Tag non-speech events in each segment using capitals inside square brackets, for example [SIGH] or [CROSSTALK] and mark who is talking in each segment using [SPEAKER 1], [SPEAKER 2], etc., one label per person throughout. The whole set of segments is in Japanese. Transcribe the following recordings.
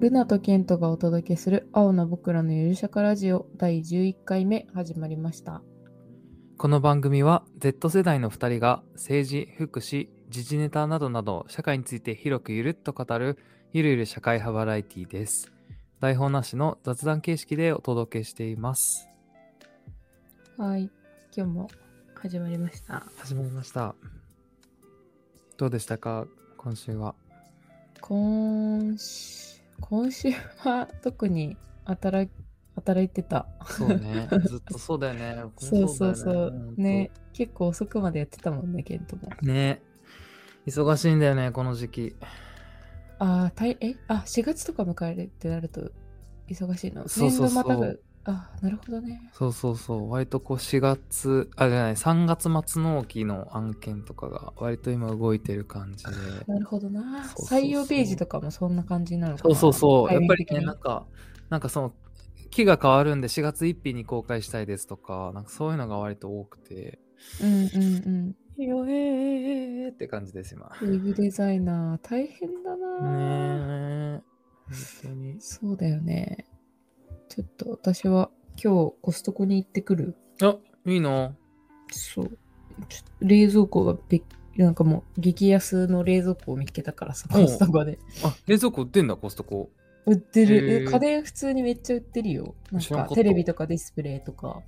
[SPEAKER 1] ルナとケントがお届けする青の僕らのゆるしゃかラジオ第11回目始まりました。
[SPEAKER 2] この番組は Z 世代の2人が政治、福祉、時事ネタなどなど社会について広くゆるっと語るゆるゆる社会派バラエティです。台本なしの雑談形式でお届けしています。
[SPEAKER 1] はい、今日も始まりました。
[SPEAKER 2] 始まりました。どうでしたか今週は。
[SPEAKER 1] 今週、今週は特に働い働いてた。
[SPEAKER 2] そう [LAUGHS] ね。ずっとそうだよね。
[SPEAKER 1] そうそうそう。ね、結構遅くまでやってたもんね、ケントも。
[SPEAKER 2] ね。忙しいんだよね、この時期。
[SPEAKER 1] ああ、たいえあ、4月とか迎えるってなると忙しいの。
[SPEAKER 2] そうそうそう
[SPEAKER 1] 年度またぐ。あ、なるほどね。
[SPEAKER 2] そうそうそう。割とこう4月、あ、じゃない、3月末納期の案件とかが割と今動いてる感じで。
[SPEAKER 1] なるほどな。
[SPEAKER 2] そうそうそう
[SPEAKER 1] 採用ページとかもそんな感じなのか
[SPEAKER 2] [LAUGHS] そう
[SPEAKER 1] な。
[SPEAKER 2] そうそう。
[SPEAKER 1] タイ
[SPEAKER 2] やっ
[SPEAKER 1] ミン
[SPEAKER 2] ぱ
[SPEAKER 1] グ
[SPEAKER 2] り
[SPEAKER 1] 的
[SPEAKER 2] ね、
[SPEAKER 1] に
[SPEAKER 2] なんか、なんかその、期が変わるんで4月1日に公開したいですとか、なんかそういうのが割と多くて、
[SPEAKER 1] うんうん
[SPEAKER 2] いいよえーえーえーって感じです、今。
[SPEAKER 1] うん。ウェブデザイナー、大変だな、
[SPEAKER 2] ねえ。本当に。
[SPEAKER 1] そうだよね。ちょっと私は今日コストコに行ってくる。
[SPEAKER 2] あ、いいの
[SPEAKER 1] そう。ちょっと冷蔵庫がべなんかもう激安の冷蔵庫を見つけたからさ、
[SPEAKER 2] おう
[SPEAKER 1] コストコで。
[SPEAKER 2] あ、冷蔵庫売ってんだ、コストコ。
[SPEAKER 1] 売ってる。
[SPEAKER 2] へ
[SPEAKER 1] え
[SPEAKER 2] ー
[SPEAKER 1] 家電普通にめっちゃ売ってるよ。なん
[SPEAKER 2] 知らん
[SPEAKER 1] か
[SPEAKER 2] かった
[SPEAKER 1] テレビとかディスプレイとか。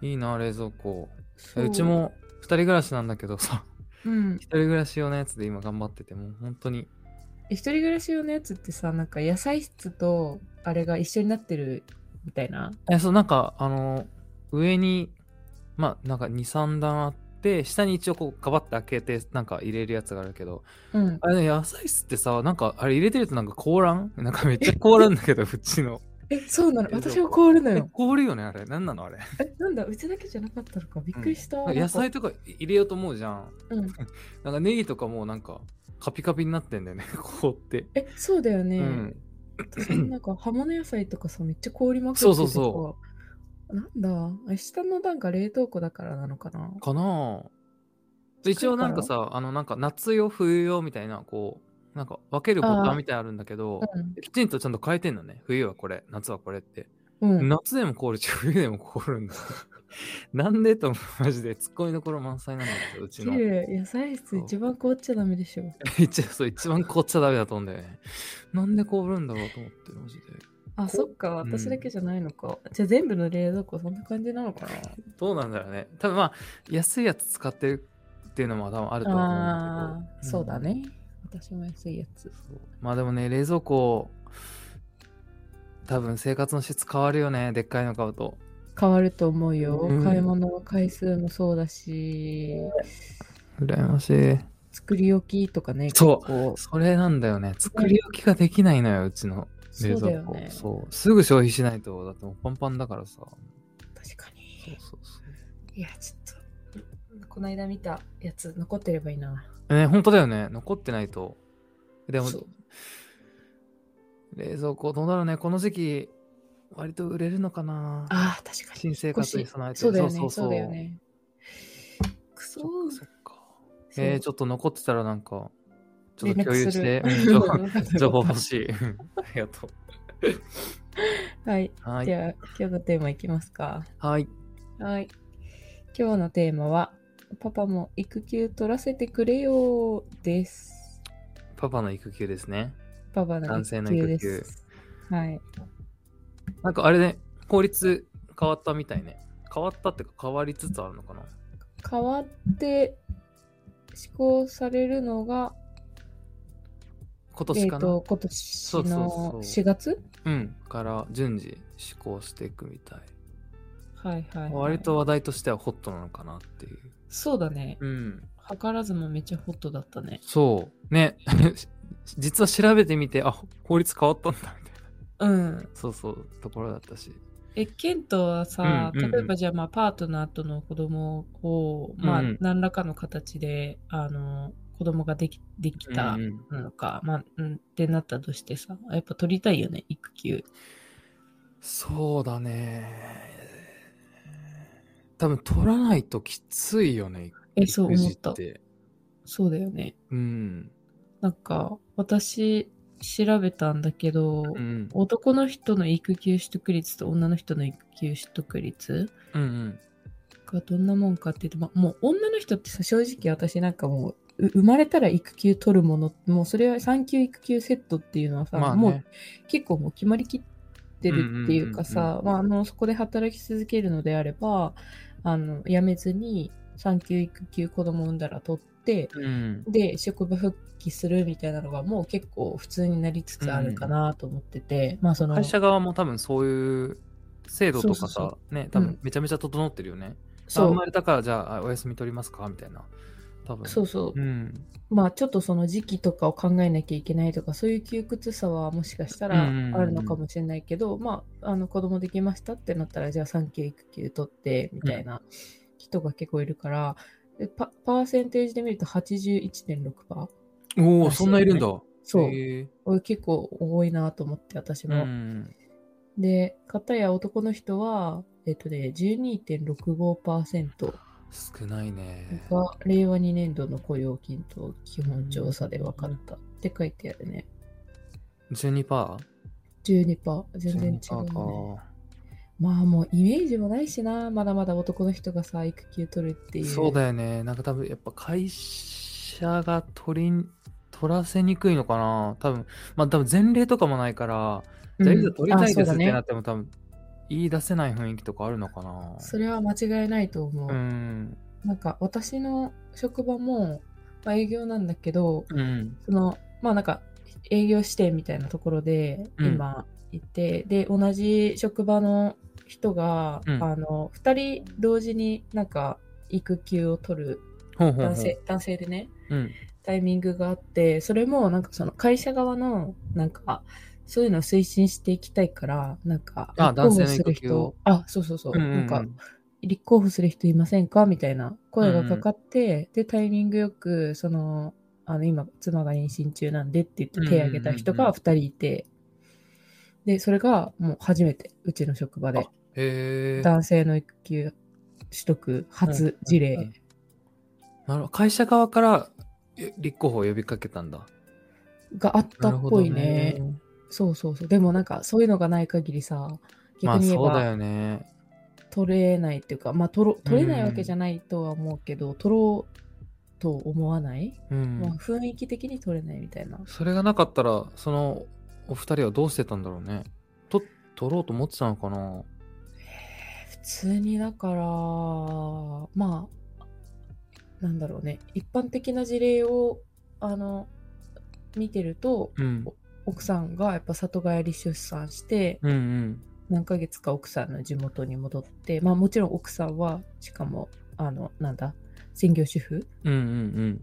[SPEAKER 2] いいな、冷蔵庫。
[SPEAKER 1] そ
[SPEAKER 2] えうち。も2人暮らしなんだけどさ、 [LAUGHS]
[SPEAKER 1] うん
[SPEAKER 2] 1。人暮らし用のやつで今頑張ってて、もう本当に。
[SPEAKER 1] 一人暮らし用のやつってさ、なんか野菜室とあれが一緒になってるみたいな。
[SPEAKER 2] え、そう、なんか、あの、上に、まあ、なんか2、3段あって、下に一応こう、ガバッて開けて、なんか入れるやつがあるけど、
[SPEAKER 1] うん。
[SPEAKER 2] あれね、野菜室ってさ、なんか、あれ入れてるとなんか凍らん [LAUGHS] なんかめっちゃ凍らんだけど、 [LAUGHS] うちの。
[SPEAKER 1] え、そうなの
[SPEAKER 2] 冷蔵庫
[SPEAKER 1] 私は凍るの
[SPEAKER 2] え
[SPEAKER 1] よ。
[SPEAKER 2] 凍るよね、あれ。なんなのあれ。
[SPEAKER 1] え、なんだうちだけじゃなかったのか。びっくりした。
[SPEAKER 2] なんか野菜とか入れようと思うじゃん。
[SPEAKER 1] うん。
[SPEAKER 2] [LAUGHS] なんかネギとかもうなんか、カピカピになってんだよね、 [LAUGHS] 凍って。
[SPEAKER 1] え、そうだよね。
[SPEAKER 2] うん。
[SPEAKER 1] 私
[SPEAKER 2] [CLEARS THROAT]
[SPEAKER 1] もなんか葉物野菜とかさ、めっちゃ凍りまくって。
[SPEAKER 2] そうそうそう
[SPEAKER 1] なんだあ下の段が冷凍庫だからなのかな
[SPEAKER 2] かなぁ。一応なんかさ、あの、なんか夏用、冬用みたいな、こう、なんか分けるボタンみたいなのあるんだけど、きちんとちゃんと変えてんのね。冬はこれ、夏はこれって。
[SPEAKER 1] うん。うん。
[SPEAKER 2] 夏でも凍るし、 [LAUGHS] 冬でも凍るんだ。なんでと思う、マジで。ツッコミどころ満載なんだけど、うち
[SPEAKER 1] 切
[SPEAKER 2] の。
[SPEAKER 1] る野菜室一番凍っちゃダメでしょ。
[SPEAKER 2] 一応そう一番凍っちゃダメだと思うんだよね。なんで凍るんだろうと思って、マジで。
[SPEAKER 1] あ、そっか。
[SPEAKER 2] うん
[SPEAKER 1] 私だけじゃないのか。じゃあ全部の冷蔵庫そんな感じなのかな
[SPEAKER 2] どうなんだろうね。多分まあ、安いやつ使ってるっていうのも多分あると思うん
[SPEAKER 1] あ
[SPEAKER 2] だけど。
[SPEAKER 1] あ、そうだ
[SPEAKER 2] ん。
[SPEAKER 1] ね。私も安いやつ。
[SPEAKER 2] そうまあでもね、冷蔵庫、多分生活の質変わるよね、でっかいの買うと。
[SPEAKER 1] 変わると思うよ。
[SPEAKER 2] うん
[SPEAKER 1] 買い物の回数もそうだし、
[SPEAKER 2] 羨ましい。
[SPEAKER 1] 作り置きとかね、
[SPEAKER 2] そう
[SPEAKER 1] 結構
[SPEAKER 2] それなんだよね。作り置きができないのよ、うちの冷
[SPEAKER 1] そうだ
[SPEAKER 2] 蔵
[SPEAKER 1] よ
[SPEAKER 2] 庫。
[SPEAKER 1] ね。
[SPEAKER 2] そう。すぐ消費しないと、だってもうパンパンだからさ。
[SPEAKER 1] 確かに。
[SPEAKER 2] そうそうそ
[SPEAKER 1] いや、ちょっと、この間見たやつ残ってればいいな。
[SPEAKER 2] う。ね、本当だよね。残ってないと。でも
[SPEAKER 1] そ、う
[SPEAKER 2] 冷蔵庫どうだろうねこの時期割と売れるのかな
[SPEAKER 1] ああ、確かに。
[SPEAKER 2] 新生活に備えて
[SPEAKER 1] そうだよね、
[SPEAKER 2] そ
[SPEAKER 1] そうう
[SPEAKER 2] そうそう
[SPEAKER 1] だよね。くそ
[SPEAKER 2] そっかそっか
[SPEAKER 1] そう
[SPEAKER 2] えー、ちょっと残ってたらなんかちょっ
[SPEAKER 1] 連
[SPEAKER 2] と共有
[SPEAKER 1] 絡す
[SPEAKER 2] し
[SPEAKER 1] る [LAUGHS]
[SPEAKER 2] てうん情
[SPEAKER 1] わかった
[SPEAKER 2] 報情報欲しいうんありがと
[SPEAKER 1] はい。
[SPEAKER 2] うは
[SPEAKER 1] じ
[SPEAKER 2] い
[SPEAKER 1] ゃあ、今日のテーマいきますか。
[SPEAKER 2] はい
[SPEAKER 1] はい。今日のテーマは、パパも育休取らせてくれよです。
[SPEAKER 2] パパの育休ですね
[SPEAKER 1] パパの
[SPEAKER 2] 男性
[SPEAKER 1] 育
[SPEAKER 2] の
[SPEAKER 1] 休
[SPEAKER 2] 育
[SPEAKER 1] で
[SPEAKER 2] 休
[SPEAKER 1] す。はい。
[SPEAKER 2] なんかあれね法律変わったみたいね変わったってか変わりつつあるのかな
[SPEAKER 1] 変わって施行されるのが、
[SPEAKER 2] 今
[SPEAKER 1] え
[SPEAKER 2] 年
[SPEAKER 1] っ、
[SPEAKER 2] かな、
[SPEAKER 1] と、今年
[SPEAKER 2] そうそうそ
[SPEAKER 1] の
[SPEAKER 2] う
[SPEAKER 1] 4月
[SPEAKER 2] うんから順次施行していくみたい
[SPEAKER 1] はいはい、はい。
[SPEAKER 2] 割と話題としてはホットなのかなっていう
[SPEAKER 1] そうだね。
[SPEAKER 2] うん
[SPEAKER 1] 図らずもめっちゃホットだったね。
[SPEAKER 2] そう。ね。 [LAUGHS] 実は調べてみて、あ、法律変わったんだ、みたいな。
[SPEAKER 1] うん。
[SPEAKER 2] そうそう、ところだったし。
[SPEAKER 1] え、ケントはさ、
[SPEAKER 2] うんうんうん
[SPEAKER 1] 例えばじゃあ、まあ、パートナーとの子供を、まあ
[SPEAKER 2] うん、
[SPEAKER 1] 何らかの形で、あの、子供ができできた
[SPEAKER 2] うんうん
[SPEAKER 1] のか、まあ、うん、ってなったとしてさ、やっぱ取りたいよね、育休。
[SPEAKER 2] そうだね。多分取らないときついよね。
[SPEAKER 1] え、そう
[SPEAKER 2] 育児
[SPEAKER 1] 思った
[SPEAKER 2] っ。て。
[SPEAKER 1] そうだよね。
[SPEAKER 2] うん。
[SPEAKER 1] なんか、私調べたんだけど、
[SPEAKER 2] うん
[SPEAKER 1] 男の人の育休取得率と女の人の育休取得率
[SPEAKER 2] うんうん
[SPEAKER 1] がどんなもんかって言って、まあ、もう女の人ってさ正直私なんかもうう生まれたら育休取るものもうそれは産休育休セットっていうのはさ、
[SPEAKER 2] まあ
[SPEAKER 1] も
[SPEAKER 2] ね
[SPEAKER 1] う結構もう決まりきってるっていうかさ、まあ、あのそこで働き続けるのであればあの辞めずに産休育休子供産んだら取って
[SPEAKER 2] うん
[SPEAKER 1] で職場復帰するみたいなのがもう結構普通になりつつあるかなと思ってて、まあその
[SPEAKER 2] 会社側も多分そういう制度とかさ
[SPEAKER 1] そうそう
[SPEAKER 2] ね多
[SPEAKER 1] う
[SPEAKER 2] 分
[SPEAKER 1] ん
[SPEAKER 2] めちゃめちゃ整ってるよね、
[SPEAKER 1] そ
[SPEAKER 2] あ生
[SPEAKER 1] う
[SPEAKER 2] まれたからじゃああお休み取りますかみたいな多分
[SPEAKER 1] そうそう、
[SPEAKER 2] うん
[SPEAKER 1] まあちょっとその時期とかを考えなきゃいけないとかそういう窮屈さはもしかしたら
[SPEAKER 2] うんうんうんうん
[SPEAKER 1] あるのかもしれないけど、まああの子供できましたってなったらじゃあ産休育休取ってみたいな人が結構いるから、でパパーセンテージで見ると81.6%
[SPEAKER 2] おお
[SPEAKER 1] らしいよね
[SPEAKER 2] そんないるんだ
[SPEAKER 1] そう、
[SPEAKER 2] へ
[SPEAKER 1] 俺結構多いなと思って私
[SPEAKER 2] ー
[SPEAKER 1] も、
[SPEAKER 2] うん
[SPEAKER 1] で片や男の人はえっとね12.65%
[SPEAKER 2] 少ないね
[SPEAKER 1] が令和2年度の雇用均等基本調査で分かったって書いてあるね、
[SPEAKER 2] 12%?
[SPEAKER 1] 12%全然違う、ね、
[SPEAKER 2] 12%か
[SPEAKER 1] まあもうイメージもないしなまだまだ男の人がさ育休取るっていう
[SPEAKER 2] そうだよねなんか多分やっぱ会社が取りん取らせにくいのかな多分まあ多分前例とかもないから
[SPEAKER 1] うん
[SPEAKER 2] じゃあいざ取りたい
[SPEAKER 1] あそう
[SPEAKER 2] で
[SPEAKER 1] だ
[SPEAKER 2] すってな
[SPEAKER 1] ね
[SPEAKER 2] っても、多分言い出せない雰囲気とかあるのかな
[SPEAKER 1] それは間違いないと思う、
[SPEAKER 2] うん
[SPEAKER 1] なんか私の職場も、まあ、営業なんだけど
[SPEAKER 2] うん
[SPEAKER 1] そのまあなんか営業支店みたいなところで
[SPEAKER 2] うん
[SPEAKER 1] 今いて、で同じ職場の人が、
[SPEAKER 2] うん
[SPEAKER 1] あの2人同時になんか育休を取る
[SPEAKER 2] ほうほうほう
[SPEAKER 1] 男性男性でね、
[SPEAKER 2] うん
[SPEAKER 1] タイミングがあって、それもなんかその会社側の、なんか、そういうのを推進していきたいから、なんか、
[SPEAKER 2] あ
[SPEAKER 1] 立候補
[SPEAKER 2] 男性の
[SPEAKER 1] す
[SPEAKER 2] 育
[SPEAKER 1] る
[SPEAKER 2] 休
[SPEAKER 1] 人、
[SPEAKER 2] を
[SPEAKER 1] あ、そうそうそう、
[SPEAKER 2] うんうんう
[SPEAKER 1] なんんか、立候補する人いませんかみたいな声がかかって、で、タイミングよく、その、あの、今、妻が妊娠中なんでって言って手を挙げた人
[SPEAKER 2] うんうんうん
[SPEAKER 1] が
[SPEAKER 2] うん
[SPEAKER 1] 2人いて、で、それがもう初めて、うちの職場で
[SPEAKER 2] あ、へえ
[SPEAKER 1] 男性の育休取得初事例。
[SPEAKER 2] うんうんうんなるほど会社側からえ立候補を呼びかけたんだ
[SPEAKER 1] があったっぽい
[SPEAKER 2] な
[SPEAKER 1] ね
[SPEAKER 2] るほどね
[SPEAKER 1] そうそうそう。でもなんかそういうのがない限りさ、
[SPEAKER 2] ま
[SPEAKER 1] 逆
[SPEAKER 2] あ
[SPEAKER 1] に言え
[SPEAKER 2] そうだ
[SPEAKER 1] ば
[SPEAKER 2] よね
[SPEAKER 1] 取れないっていうか、まあ取ろ取れないわけじゃないとは思うけど、取ろうと思わない、
[SPEAKER 2] うん
[SPEAKER 1] まあ、雰囲気的に取れないみたいな。
[SPEAKER 2] それがなかったらそのお二人はどうしてたんだろうねと取ろうと思ってたのかな
[SPEAKER 1] 普通にだから、まあ、なんだろうね、一般的な事例をあの見てると、
[SPEAKER 2] うん
[SPEAKER 1] 奥さんがやっぱ里帰り出産して、
[SPEAKER 2] うんうん
[SPEAKER 1] 何ヶ月か奥さんの地元に戻って、まあもちろん奥さんは、しかも、あの、なんだ、専業主婦
[SPEAKER 2] うんうん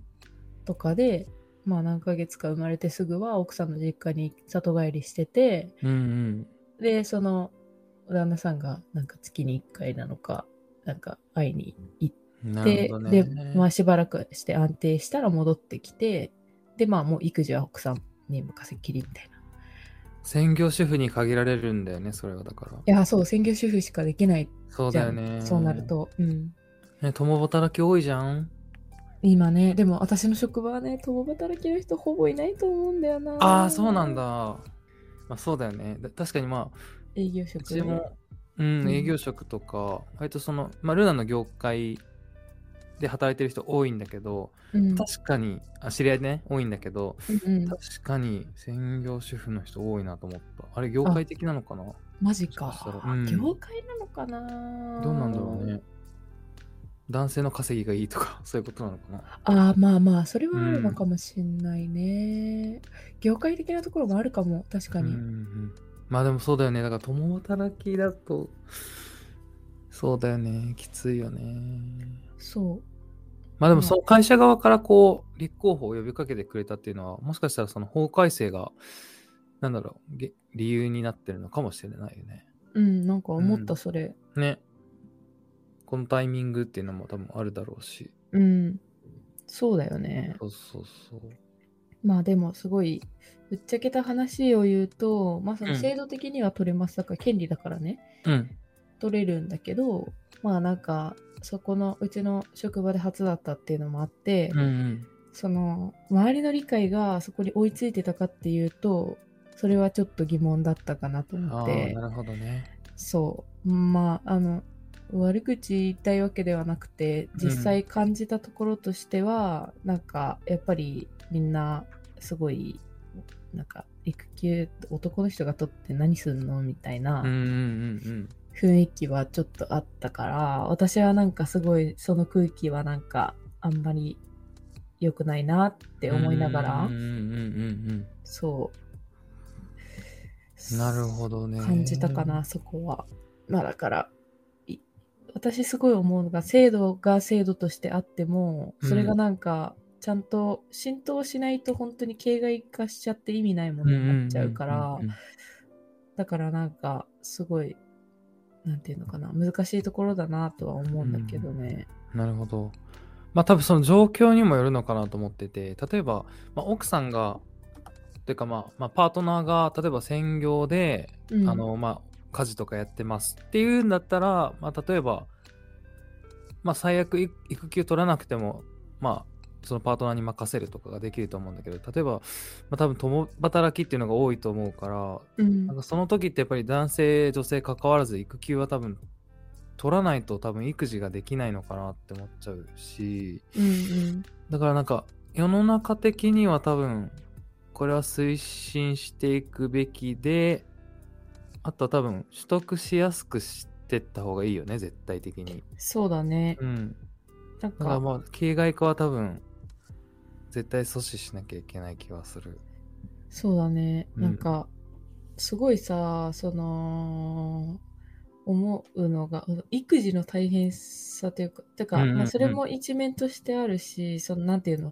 [SPEAKER 1] とかで、まあ何ヶ月か生まれてすぐは奥さんの実家に里帰りしてて、
[SPEAKER 2] うんうん
[SPEAKER 1] で、その、旦那さんがなんか月に1回なのか、なんか会いに行っ
[SPEAKER 2] うんなる
[SPEAKER 1] て、
[SPEAKER 2] ほどね
[SPEAKER 1] で、まあしばらくして安定したら戻ってきて、で、まあもう育児は奥さんに任せっきりみたいな。
[SPEAKER 2] 専業主婦に限られるんだよねそれはだから
[SPEAKER 1] いや、そう、専業主婦しかできない
[SPEAKER 2] そう
[SPEAKER 1] じ
[SPEAKER 2] だ
[SPEAKER 1] ゃ
[SPEAKER 2] よ
[SPEAKER 1] ん。
[SPEAKER 2] ね
[SPEAKER 1] そうなると。うん。
[SPEAKER 2] ね共働き多いじゃん
[SPEAKER 1] 今ね、でも私の職場はね、共働きの人ほぼいないと思うんだよな。
[SPEAKER 2] ああそうなんだ。まあそうだよねだ確かにまあ
[SPEAKER 1] 営業
[SPEAKER 2] う
[SPEAKER 1] 職
[SPEAKER 2] ちも、うん
[SPEAKER 1] うん
[SPEAKER 2] 営業職とか割とその、まあ、ルナの業界で働いてる人多いんだけど、
[SPEAKER 1] うん、
[SPEAKER 2] 確かにあ知り合いね多いんだけど、
[SPEAKER 1] うんうん
[SPEAKER 2] 確かに専業主婦の人多いなと思ったあれ業界的なのかな
[SPEAKER 1] マジ
[SPEAKER 2] もしかし
[SPEAKER 1] か
[SPEAKER 2] たら。うん
[SPEAKER 1] 業界なのかな。
[SPEAKER 2] どうなんだろうね。男性の稼ぎがいいとか [LAUGHS] そういうことなのかな
[SPEAKER 1] ああ、まあまあ、それはあるのかもしんないね。業界的なところもあるかも、確か
[SPEAKER 2] うんう
[SPEAKER 1] に。
[SPEAKER 2] んまあでもそうだよねだから共働きだとそうだよねきついよね
[SPEAKER 1] そう。
[SPEAKER 2] まあでも
[SPEAKER 1] まあ
[SPEAKER 2] その会社側からこう立候補を呼びかけてくれたっていうのはもしかしたらその法改正がなんだろうげ理由になってるのかもしれないよね。
[SPEAKER 1] うん、なんか思っ
[SPEAKER 2] う
[SPEAKER 1] た、それ。
[SPEAKER 2] ね。このタイミングっていうのも多分あるだろうし。
[SPEAKER 1] うん。そうだよね。
[SPEAKER 2] そうそうそう。
[SPEAKER 1] まあでも、すごい、ぶっちゃけた話を言うと、まあその
[SPEAKER 2] うん
[SPEAKER 1] 制度的には取れます。だから権利だからね。
[SPEAKER 2] うん。
[SPEAKER 1] 取れるんだけどまあなんかそこのうちの職場で初だったっていうのもあって、
[SPEAKER 2] うんうん。
[SPEAKER 1] その周りの理解がそこに追いついてたかっていうとそれはちょっと疑問だったかなと思
[SPEAKER 2] あ
[SPEAKER 1] っ
[SPEAKER 2] あ
[SPEAKER 1] て
[SPEAKER 2] なるほどね。
[SPEAKER 1] そうまああの悪口言いたいわけではなくて実際感じたところとしては、なんかやっぱりみんなすごいなんか育休男の人が取って何するのみたいな、
[SPEAKER 2] うんうんうん
[SPEAKER 1] 雰囲気はちょっとあったから私はなんかすごいその空気はなんかあんまり良くないなっ
[SPEAKER 2] う
[SPEAKER 1] て
[SPEAKER 2] ん。
[SPEAKER 1] 思いなが
[SPEAKER 2] う
[SPEAKER 1] ら
[SPEAKER 2] んうんうん
[SPEAKER 1] そう
[SPEAKER 2] うん。なるほどね。
[SPEAKER 1] 感じたかな。そこはまあだからい私すごい思うのが制度が制度としてあってもそれがなんかちゃんと浸透しないと本当に形骸化しちゃって意味ないも
[SPEAKER 2] うん
[SPEAKER 1] の
[SPEAKER 2] うんうんうんうん。
[SPEAKER 1] になっちゃうからだからなんかすごいなんていうのかな難しいところだなとは思うんだけどね。
[SPEAKER 2] なるほど。まあ多分その状況にもよるのかなと思ってて、例えば、まあ、奥さんが、というかまあ、まあ、パートナーが、例えば専業で、
[SPEAKER 1] うん
[SPEAKER 2] あの、まあ、家事とかやってますっていうんだったら、まあ、例えば、まあ、最悪い育休取らなくても、まあ、そのパートナーに任せるとかができると思うんだけど、例えば、まあ、多分共働きっていうのが多いと思うから、
[SPEAKER 1] うん
[SPEAKER 2] なんかその時ってやっぱり男性女性関わらず育休は多分取らないと多分育児ができないのかなって思っちゃうし
[SPEAKER 1] うん
[SPEAKER 2] だからなんか世の中的には多分これは推進していくべきであとは多分取得しやすくしてった方がいいよね絶対的に。
[SPEAKER 1] そうだね。
[SPEAKER 2] うん、
[SPEAKER 1] なん
[SPEAKER 2] だから
[SPEAKER 1] か、
[SPEAKER 2] まあ形骸化は多分絶対阻止しなきゃいけない気はする。
[SPEAKER 1] そうだね。
[SPEAKER 2] うん
[SPEAKER 1] なんか、すごいさ、その、思うのが、育児の大変さというか、てか、
[SPEAKER 2] うんうんうん
[SPEAKER 1] まあ、それも一面としてあるし、その、なんていうの、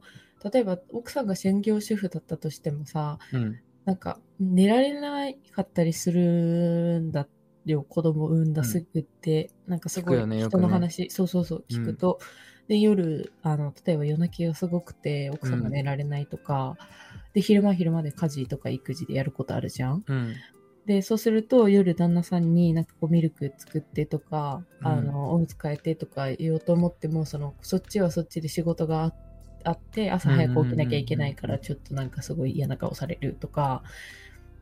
[SPEAKER 1] 例えば奥さんが専業主婦だったとしてもさ、
[SPEAKER 2] うん、
[SPEAKER 1] なんか、寝られなかったりするんだよ、子供産んだすぐって、なんかすご
[SPEAKER 2] 聞く
[SPEAKER 1] い
[SPEAKER 2] よねよく
[SPEAKER 1] 人
[SPEAKER 2] ね
[SPEAKER 1] の話、そうそうそう、聞くと、で、夜、あの、例えば夜泣きがすごくて、奥さんが寝られないとか、で、昼間昼間で家事とか育児でやることあるじゃん。
[SPEAKER 2] うん、
[SPEAKER 1] で、そうすると、夜旦那さんになんかこうミルク作ってとか、
[SPEAKER 2] うん
[SPEAKER 1] あの、おむつ替えてとか言おうと思っても、その、そっちはそっちで仕事がああって、朝早く起きなきゃいけないか
[SPEAKER 2] うん
[SPEAKER 1] ら、ちょっとなんかすごい嫌な顔されるとか、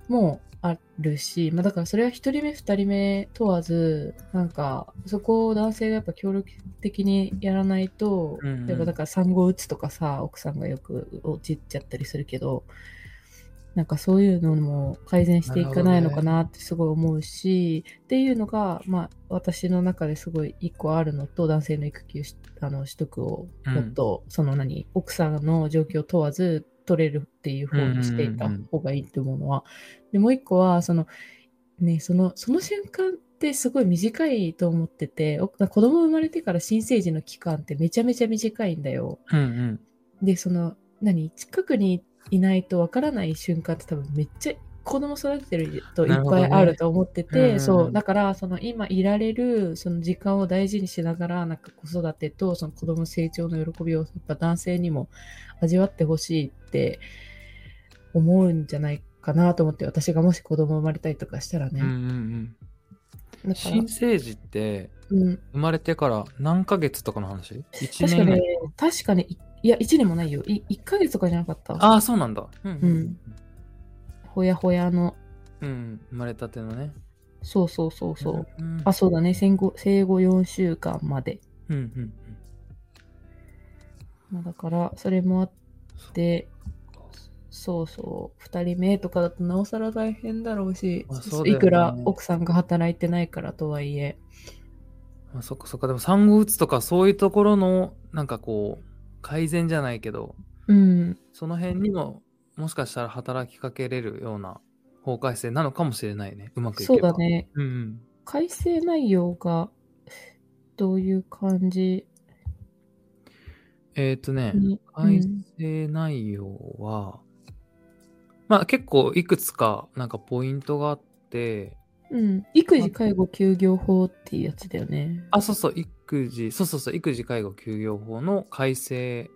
[SPEAKER 1] もあるし、まあだからそれは一人目二人目問わず、なんか、そこを男性がやっぱ協力的にやらないと、
[SPEAKER 2] うんうん
[SPEAKER 1] 例えばだから産後打つとかさ、奥さんがよく陥っちゃったりするけど、なんかそういうのも改善していかないのかなってすごい思うし、っていうのが、まあ、私の中ですごい一個あるのと、男性の育休しあの取得を
[SPEAKER 2] うん
[SPEAKER 1] もっと、その何、奥さんの状況を問わず取れるっていう方にしていた方がいいって思うのは。で、もう一個は、その、ね、その、その瞬間ってすごい短いと思ってて、お子供生まれてから新生児の期間ってめちゃめちゃ短いんだよ。
[SPEAKER 2] うん、うん、
[SPEAKER 1] でその何近くにいないとわからない瞬間って多分めっちゃ子供育ててるとい
[SPEAKER 2] なる
[SPEAKER 1] っ
[SPEAKER 2] ほど
[SPEAKER 1] ぱ
[SPEAKER 2] ね
[SPEAKER 1] いあると思って
[SPEAKER 2] うんう
[SPEAKER 1] て、
[SPEAKER 2] んうん
[SPEAKER 1] そうだからその今いられるその時間を大事にしながらなんか子育てとその子供成長の喜びをやっぱ男性にも味わってほしいって思うんじゃないかなと思って私がもし子供生まれたりとかしたら
[SPEAKER 2] う
[SPEAKER 1] ね、
[SPEAKER 2] ん、うんう
[SPEAKER 1] だ
[SPEAKER 2] ん。
[SPEAKER 1] から
[SPEAKER 2] 新、生児って
[SPEAKER 1] うん、
[SPEAKER 2] 生まれてから何ヶ月とかの話 ?1
[SPEAKER 1] 確かね
[SPEAKER 2] 年目。
[SPEAKER 1] 確かねいいや1年もないよい1ヶ月とかじゃなかった
[SPEAKER 2] ああ、そうなんだ。うんうん
[SPEAKER 1] ほやほやの
[SPEAKER 2] うん。うん、生まれたてのね。
[SPEAKER 1] そうそうそうそう、
[SPEAKER 2] ん。
[SPEAKER 1] あ、そうだね。生後生後4週間まで。
[SPEAKER 2] うんうんうん。
[SPEAKER 1] まあ、だから、それもあって、そうそう、2人目とかだとなおさら大変だろうし、
[SPEAKER 2] まあそうだよね
[SPEAKER 1] いくら奥さんが働いてないからとはいえ、
[SPEAKER 2] あそっかそっか。でも産後うつとかそういうところの、なんかこう、改善じゃないけど、
[SPEAKER 1] うん、
[SPEAKER 2] その辺にも、もしかしたら働きかけれるような法改正なのかもしれないね。うまくい
[SPEAKER 1] そう
[SPEAKER 2] けば。
[SPEAKER 1] だ。ね。
[SPEAKER 2] うんうん。
[SPEAKER 1] 改正内容がどういう感じ
[SPEAKER 2] えっ、とね、
[SPEAKER 1] に、
[SPEAKER 2] 改
[SPEAKER 1] うん
[SPEAKER 2] 正内容は、まあ結構いくつかなんかポイントがあって、
[SPEAKER 1] うん、育児介護休業法っていうやつだよね。
[SPEAKER 2] あ、そうそう、育児、そうそうそう、育児介護休業法の改正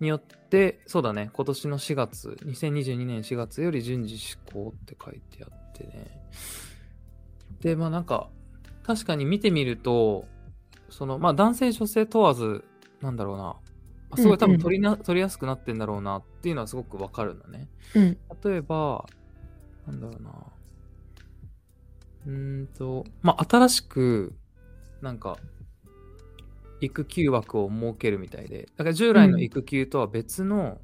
[SPEAKER 2] によって、そうだね、今年の4月、2022年4月より順次施行って書いてあってね。で、まあなんか、確かに見てみると、その、まあ男性女性問わず、なんだろうな、あすごい多
[SPEAKER 1] うんう
[SPEAKER 2] 分
[SPEAKER 1] ん
[SPEAKER 2] 取りな、取りやすくなってんだろうなっていうのはすごくわかるのね。
[SPEAKER 1] うん
[SPEAKER 2] 例えば、なんだろうな。うーんと、まあ、新しく、なんか、育休枠を設けるみたいで、だから従来の
[SPEAKER 1] うん
[SPEAKER 2] 育休とは別の、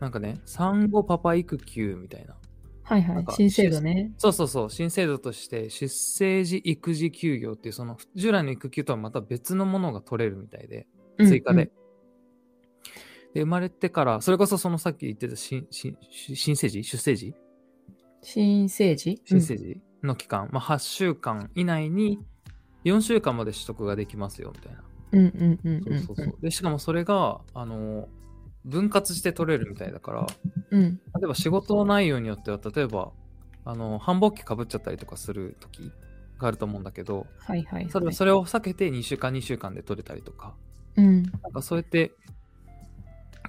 [SPEAKER 2] なんかね、産後パパ育休みたいな。
[SPEAKER 1] はい
[SPEAKER 2] な
[SPEAKER 1] は
[SPEAKER 2] ん
[SPEAKER 1] い
[SPEAKER 2] か
[SPEAKER 1] 新制度ね
[SPEAKER 2] そうそうそう、新制度として、出生時育児休業っていう、その、従来の育休とはまた別のものが取れるみたいで、追加で。で、生まれてから、それこそそのさっき言ってた新新新新生児出生児
[SPEAKER 1] 新生児
[SPEAKER 2] 新生児の期間、まあ、8週間以内に4週間まで取得ができますよみたいな。
[SPEAKER 1] うんうんうんうん
[SPEAKER 2] そうそうそうでしかもそれがあの分割して取れるみたいだから
[SPEAKER 1] うんうん
[SPEAKER 2] 例えば仕事内容によっては例えばあの繁忙期かぶっちゃったりとかする時があると思うんだけど
[SPEAKER 1] はいはいはい
[SPEAKER 2] それはそれを避けて2週間2週間で取れたりとか
[SPEAKER 1] うん
[SPEAKER 2] なんかそうやって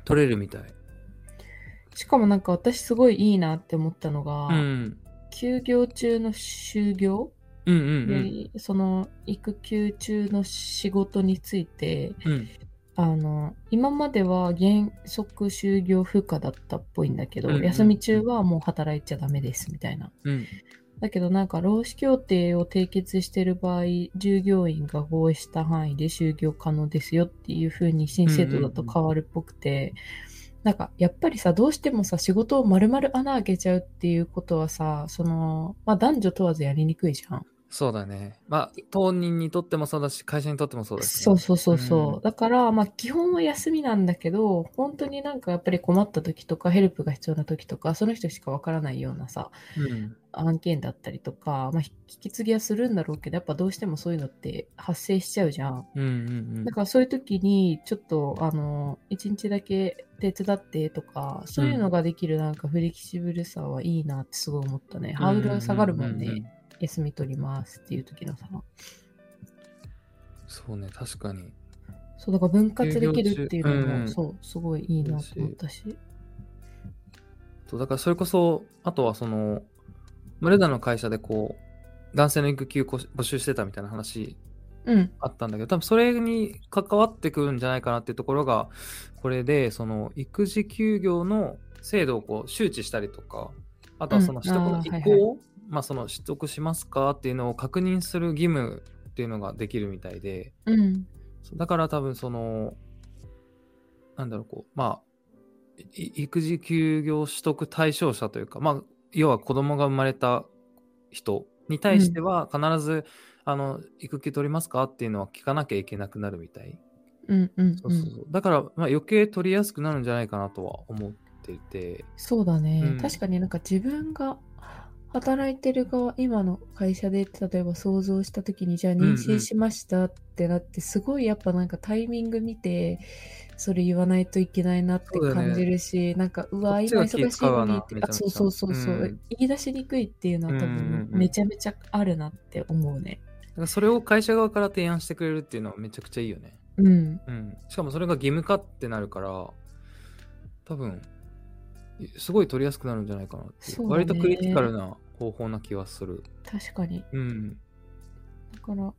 [SPEAKER 2] 取れるみたい。
[SPEAKER 1] しかもなんか私すごいいいなって思ったのが、
[SPEAKER 2] うん
[SPEAKER 1] 休業中の就業、
[SPEAKER 2] うんうん
[SPEAKER 1] でその育休中の仕事について
[SPEAKER 2] うんうん
[SPEAKER 1] あの今までは原則就業不可だったっぽいんだけど、
[SPEAKER 2] うんうん
[SPEAKER 1] 休み中はもう働いちゃダメですみたいな
[SPEAKER 2] うん
[SPEAKER 1] だけどなんか労使協定を締結してる場合従業員が合意した範囲で就業可能ですよっていう風に新制度だと変わるっぽくて、なんかやっぱりさどうしてもさ仕事を丸々穴開けちゃうっていうことはさその、まあ、男女問わずやりにくいじゃん。
[SPEAKER 2] そうだね。まあ、当人にとってもそうだし、会社にとってもそうだし、ね。
[SPEAKER 1] そうそうそうそう、
[SPEAKER 2] うん
[SPEAKER 1] だからまあ基本は休みなんだけど本当になんかやっぱり困った時とかヘルプが必要な時とかその人しかわからないようなさ
[SPEAKER 2] うん
[SPEAKER 1] 案件だったりとか、まあ、引き継ぎはするんだろうけどやっぱどうしてもそういうのって発生しちゃうじゃん。
[SPEAKER 2] うんうん
[SPEAKER 1] だからそういう時にちょっとあの一日だけ手伝ってとかそういうのができるなんかフレキシブルさはいいなってすごい思ったね。
[SPEAKER 2] うん。
[SPEAKER 1] ハードルが下がるもん
[SPEAKER 2] うううう
[SPEAKER 1] ね。。休み取りますっていう時のさ。
[SPEAKER 2] そうね、確かに。
[SPEAKER 1] そうだから分割できるっていうの
[SPEAKER 2] 休業中う
[SPEAKER 1] も、
[SPEAKER 2] ん
[SPEAKER 1] そうすごいいいなと思ったし。
[SPEAKER 2] そうだから、それこそ、あとはその、マルダの会社でこう、男性の育休こ募集してたみたいな話
[SPEAKER 1] うん
[SPEAKER 2] あったんだけど、多分それに関わってくるんじゃないかなっていうところが、これで、その、育児休業の制度をこう周知したりとか、あとはその
[SPEAKER 1] うん
[SPEAKER 2] 取得の
[SPEAKER 1] あー
[SPEAKER 2] 意
[SPEAKER 1] はいはい
[SPEAKER 2] 向を、まあその取得しますかっていうのを確認する義務っていうのができるみたいで、
[SPEAKER 1] うん
[SPEAKER 2] そうだから多分その、なんだろう、こう、まあ、い育児休業取得対象者というか、まあ、要は子供が生まれた人に対しては、必ず、あの、育休取りますかっていうのは聞かなきゃいけなくなるみたい。
[SPEAKER 1] うんうん
[SPEAKER 2] そう
[SPEAKER 1] う
[SPEAKER 2] そうそ
[SPEAKER 1] ん
[SPEAKER 2] う。だから、まあ、余計取りやすくなるんじゃないかなとは思っていて。
[SPEAKER 1] そうだね、
[SPEAKER 2] うん
[SPEAKER 1] 確かになんか自分が働いてる側今の会社で例えば想像した時にじゃあ
[SPEAKER 2] んうん
[SPEAKER 1] 妊娠しましたってなって、すごいやっぱなんかタイミング見てそれ言わないといけないなって
[SPEAKER 2] そうだね
[SPEAKER 1] 感じるし、なんかうわ
[SPEAKER 2] こっち
[SPEAKER 1] 今忙
[SPEAKER 2] が気
[SPEAKER 1] しい
[SPEAKER 2] 使う
[SPEAKER 1] の
[SPEAKER 2] わ
[SPEAKER 1] に
[SPEAKER 2] な
[SPEAKER 1] って
[SPEAKER 2] めちゃ
[SPEAKER 1] あ
[SPEAKER 2] めちゃ
[SPEAKER 1] そうそうそうそう、
[SPEAKER 2] うん
[SPEAKER 1] 言い出しにくいっていうのは多
[SPEAKER 2] うんうん
[SPEAKER 1] 分
[SPEAKER 2] うん
[SPEAKER 1] めちゃめちゃあるなって思うね
[SPEAKER 2] だからそれを会社側から提案してくれるっていうのはめちゃくちゃいいよね。
[SPEAKER 1] うん
[SPEAKER 2] うん、しかもそれが義務化ってなるから多分いすごい取りやすくなるんじゃないかなっていう
[SPEAKER 1] そうだね
[SPEAKER 2] 割とクリティカルな方法な気はする。
[SPEAKER 1] 確かに
[SPEAKER 2] うん、
[SPEAKER 1] だから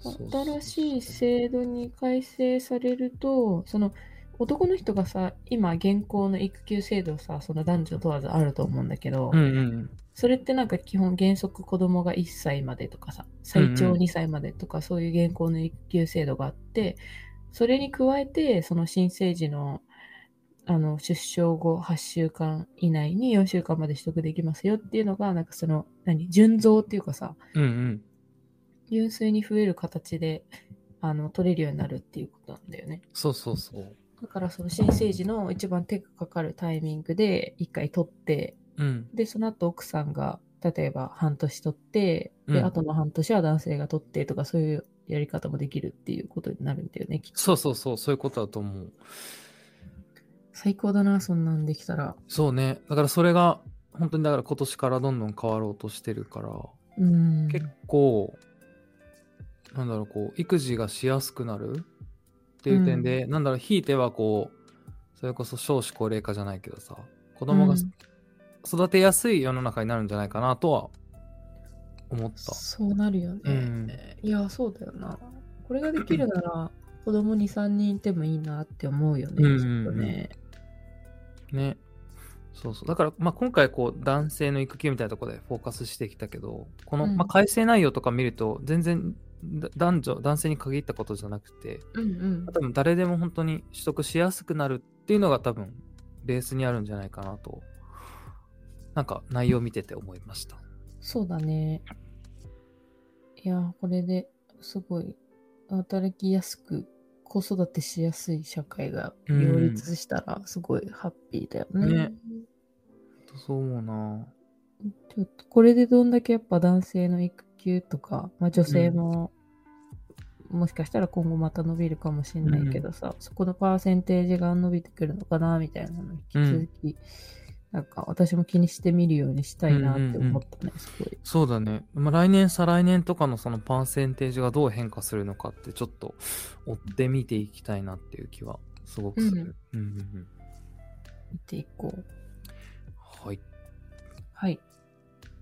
[SPEAKER 2] そうそうそう
[SPEAKER 1] 新しい制度に改正されるとその男の人がさ今現行の育休制度さその男女問わずあると思うんだけど、
[SPEAKER 2] うんうん
[SPEAKER 1] それってなんか基本原則子供が1歳までとかさ最
[SPEAKER 2] うん
[SPEAKER 1] 長
[SPEAKER 2] うん
[SPEAKER 1] 2歳までとか、そういう現行の育休制度があってそれに加えてその新生児のあの出生後8週間以内に4週間まで取得できますよっていうのがなんかその何順増っていうかさ、
[SPEAKER 2] うんうん
[SPEAKER 1] 純粋に増える形で [LAUGHS] あの取れるようになるっていうことなんだよね。
[SPEAKER 2] そうそうそう。
[SPEAKER 1] だからその新生児の一番手がかかるタイミングで一回取って
[SPEAKER 2] うん
[SPEAKER 1] でその後奥さんが例えば半年取ってで、
[SPEAKER 2] うん
[SPEAKER 1] 後の半年は男性が取ってとかそういうやり方もできるっていうことになるんだよねきっと
[SPEAKER 2] そうそうそうそういうことだと思う。
[SPEAKER 1] 最高だなそんなんできたら
[SPEAKER 2] そうねだからそれが本当にだから今年からどんどん変わろうとしてるから
[SPEAKER 1] うん
[SPEAKER 2] 結構なんだろうこう育児がしやすくなるっていう点で、なんだろうひいてはこうそれこそ少子高齢化じゃないけどさ子供が
[SPEAKER 1] うん
[SPEAKER 2] 育てやすい世の中になるんじゃないかなとは思った。
[SPEAKER 1] そうなるよね、
[SPEAKER 2] うん
[SPEAKER 1] いやそうだよなこれができるなら子子供に3人いてもいいなって思うよね、
[SPEAKER 2] うん
[SPEAKER 1] き
[SPEAKER 2] うん
[SPEAKER 1] っ
[SPEAKER 2] う
[SPEAKER 1] と
[SPEAKER 2] ん
[SPEAKER 1] ね。
[SPEAKER 2] ね。そうそう。だから、まあ、今回、こう、男性の育休みたいなところでフォーカスしてきたけど、この、
[SPEAKER 1] うん
[SPEAKER 2] まあ、改正内容とか見ると、全然、だ男女、男性に限ったことじゃなくて、
[SPEAKER 1] うんうん
[SPEAKER 2] 多分誰でも本当に取得しやすくなるっていうのが多分、ベースにあるんじゃないかなと、なんか、内容見てて思いました。
[SPEAKER 1] そうだね。いや、これですごい働きやすく子育てしやすい社会が両立したらすごいハッピーだよね。
[SPEAKER 2] ねそう思うな
[SPEAKER 1] ちょっとこれでどんだけやっぱ男性の育休とか、まあ、女性も、もしかしたら今後また伸びるかもしれないけどさ、そこのパーセンテージが伸びてくるのかなみたいなの引き続き、なんか私も気にしてみるようにしたいなって思ったね、すごい。
[SPEAKER 2] そうだね。まあ、来年、再来年とかのそのパーセンテージがどう変化するのかって、ちょっと追って見ていきたいなっていう気はすごくする。うんうんうん
[SPEAKER 1] 見ていこう。
[SPEAKER 2] はい。
[SPEAKER 1] はい。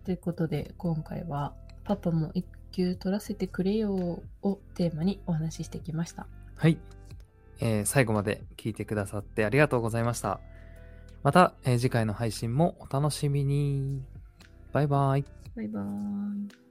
[SPEAKER 1] ということで、今回は、パパも育休取らせてくれよをテーマにお話ししてきました。
[SPEAKER 2] はい、えー最後まで聞いてくださってありがとうございました。また、えー次回の配信もお楽しみに。バイバイ。
[SPEAKER 1] バイバーイ。